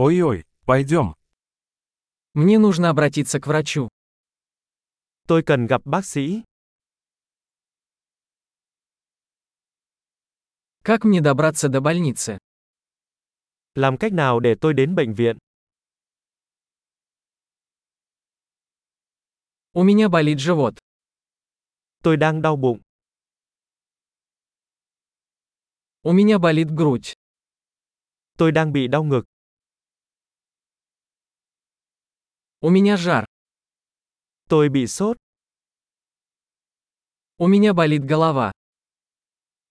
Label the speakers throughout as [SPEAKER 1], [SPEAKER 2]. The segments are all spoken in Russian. [SPEAKER 1] Ой-ой, пойдем.
[SPEAKER 2] Мне нужно обратиться к врачу.
[SPEAKER 3] Tôi cần gặp bác sĩ.
[SPEAKER 2] Как мне добраться до больницы?
[SPEAKER 3] Làm cách nào để tôi đến bệnh viện?
[SPEAKER 2] У меня болит живот.
[SPEAKER 3] Tôi đang đau bụng.
[SPEAKER 2] У меня болит грудь.
[SPEAKER 3] Tôi đang bị đau ngực.
[SPEAKER 2] У меня жар.
[SPEAKER 3] Tôi bị sốt.
[SPEAKER 2] У меня болит голова.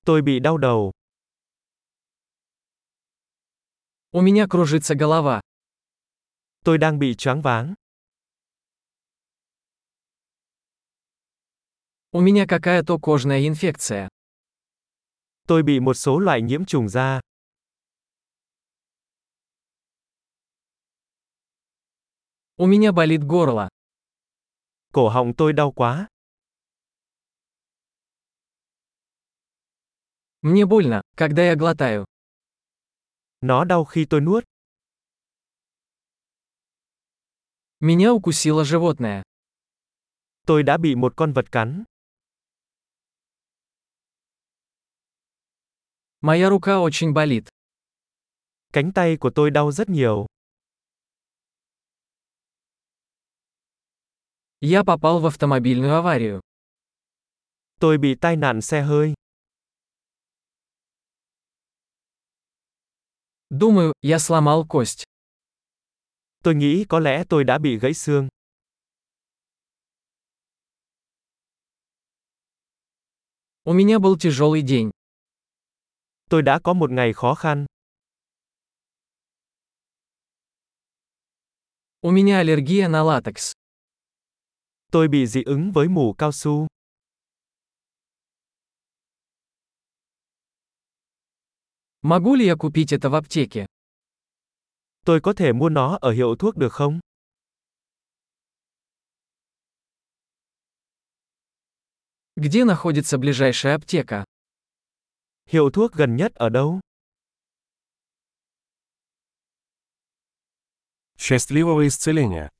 [SPEAKER 3] Tôi bị đau đầu.
[SPEAKER 2] У меня кружится голова.
[SPEAKER 3] Tôi đang bị choáng váng.
[SPEAKER 2] У меня какая-то кожная инфекция.
[SPEAKER 3] Tôi bị một số loại nhiễm trùng da.
[SPEAKER 2] У меня болит горло.
[SPEAKER 3] Cổ họng tôi đau quá.
[SPEAKER 2] Мне больно, когда я глотаю.
[SPEAKER 3] Nó đau khi tôi nuốt.
[SPEAKER 2] Меня укусило животное.
[SPEAKER 3] Tôi đã bị một con vật cắn.
[SPEAKER 2] Моя рука очень болит.
[SPEAKER 3] Cánh tay của tôi đau rất nhiều.
[SPEAKER 2] Я попал в автомобильную аварию.
[SPEAKER 3] Tôi bị tai nạn xe hơi.
[SPEAKER 2] Думаю, я сломал кость.
[SPEAKER 3] Tôi nghĩ có lẽ tôi đã bị gãy xương.
[SPEAKER 2] У меня был тяжелый день.
[SPEAKER 3] Tôi đã có một ngày khó khăn.
[SPEAKER 2] У меня аллергия на латекс.
[SPEAKER 3] Tôi bị dị ứng với mủ cao su.
[SPEAKER 2] Могу ли я купить это в аптеке?
[SPEAKER 3] Tôi có thể mua nó ở hiệu thuốc được không?
[SPEAKER 2] Где находится ближайшая аптека?
[SPEAKER 3] Hiệu thuốc gần nhất ở đâu?
[SPEAKER 1] Счастливого исцеления!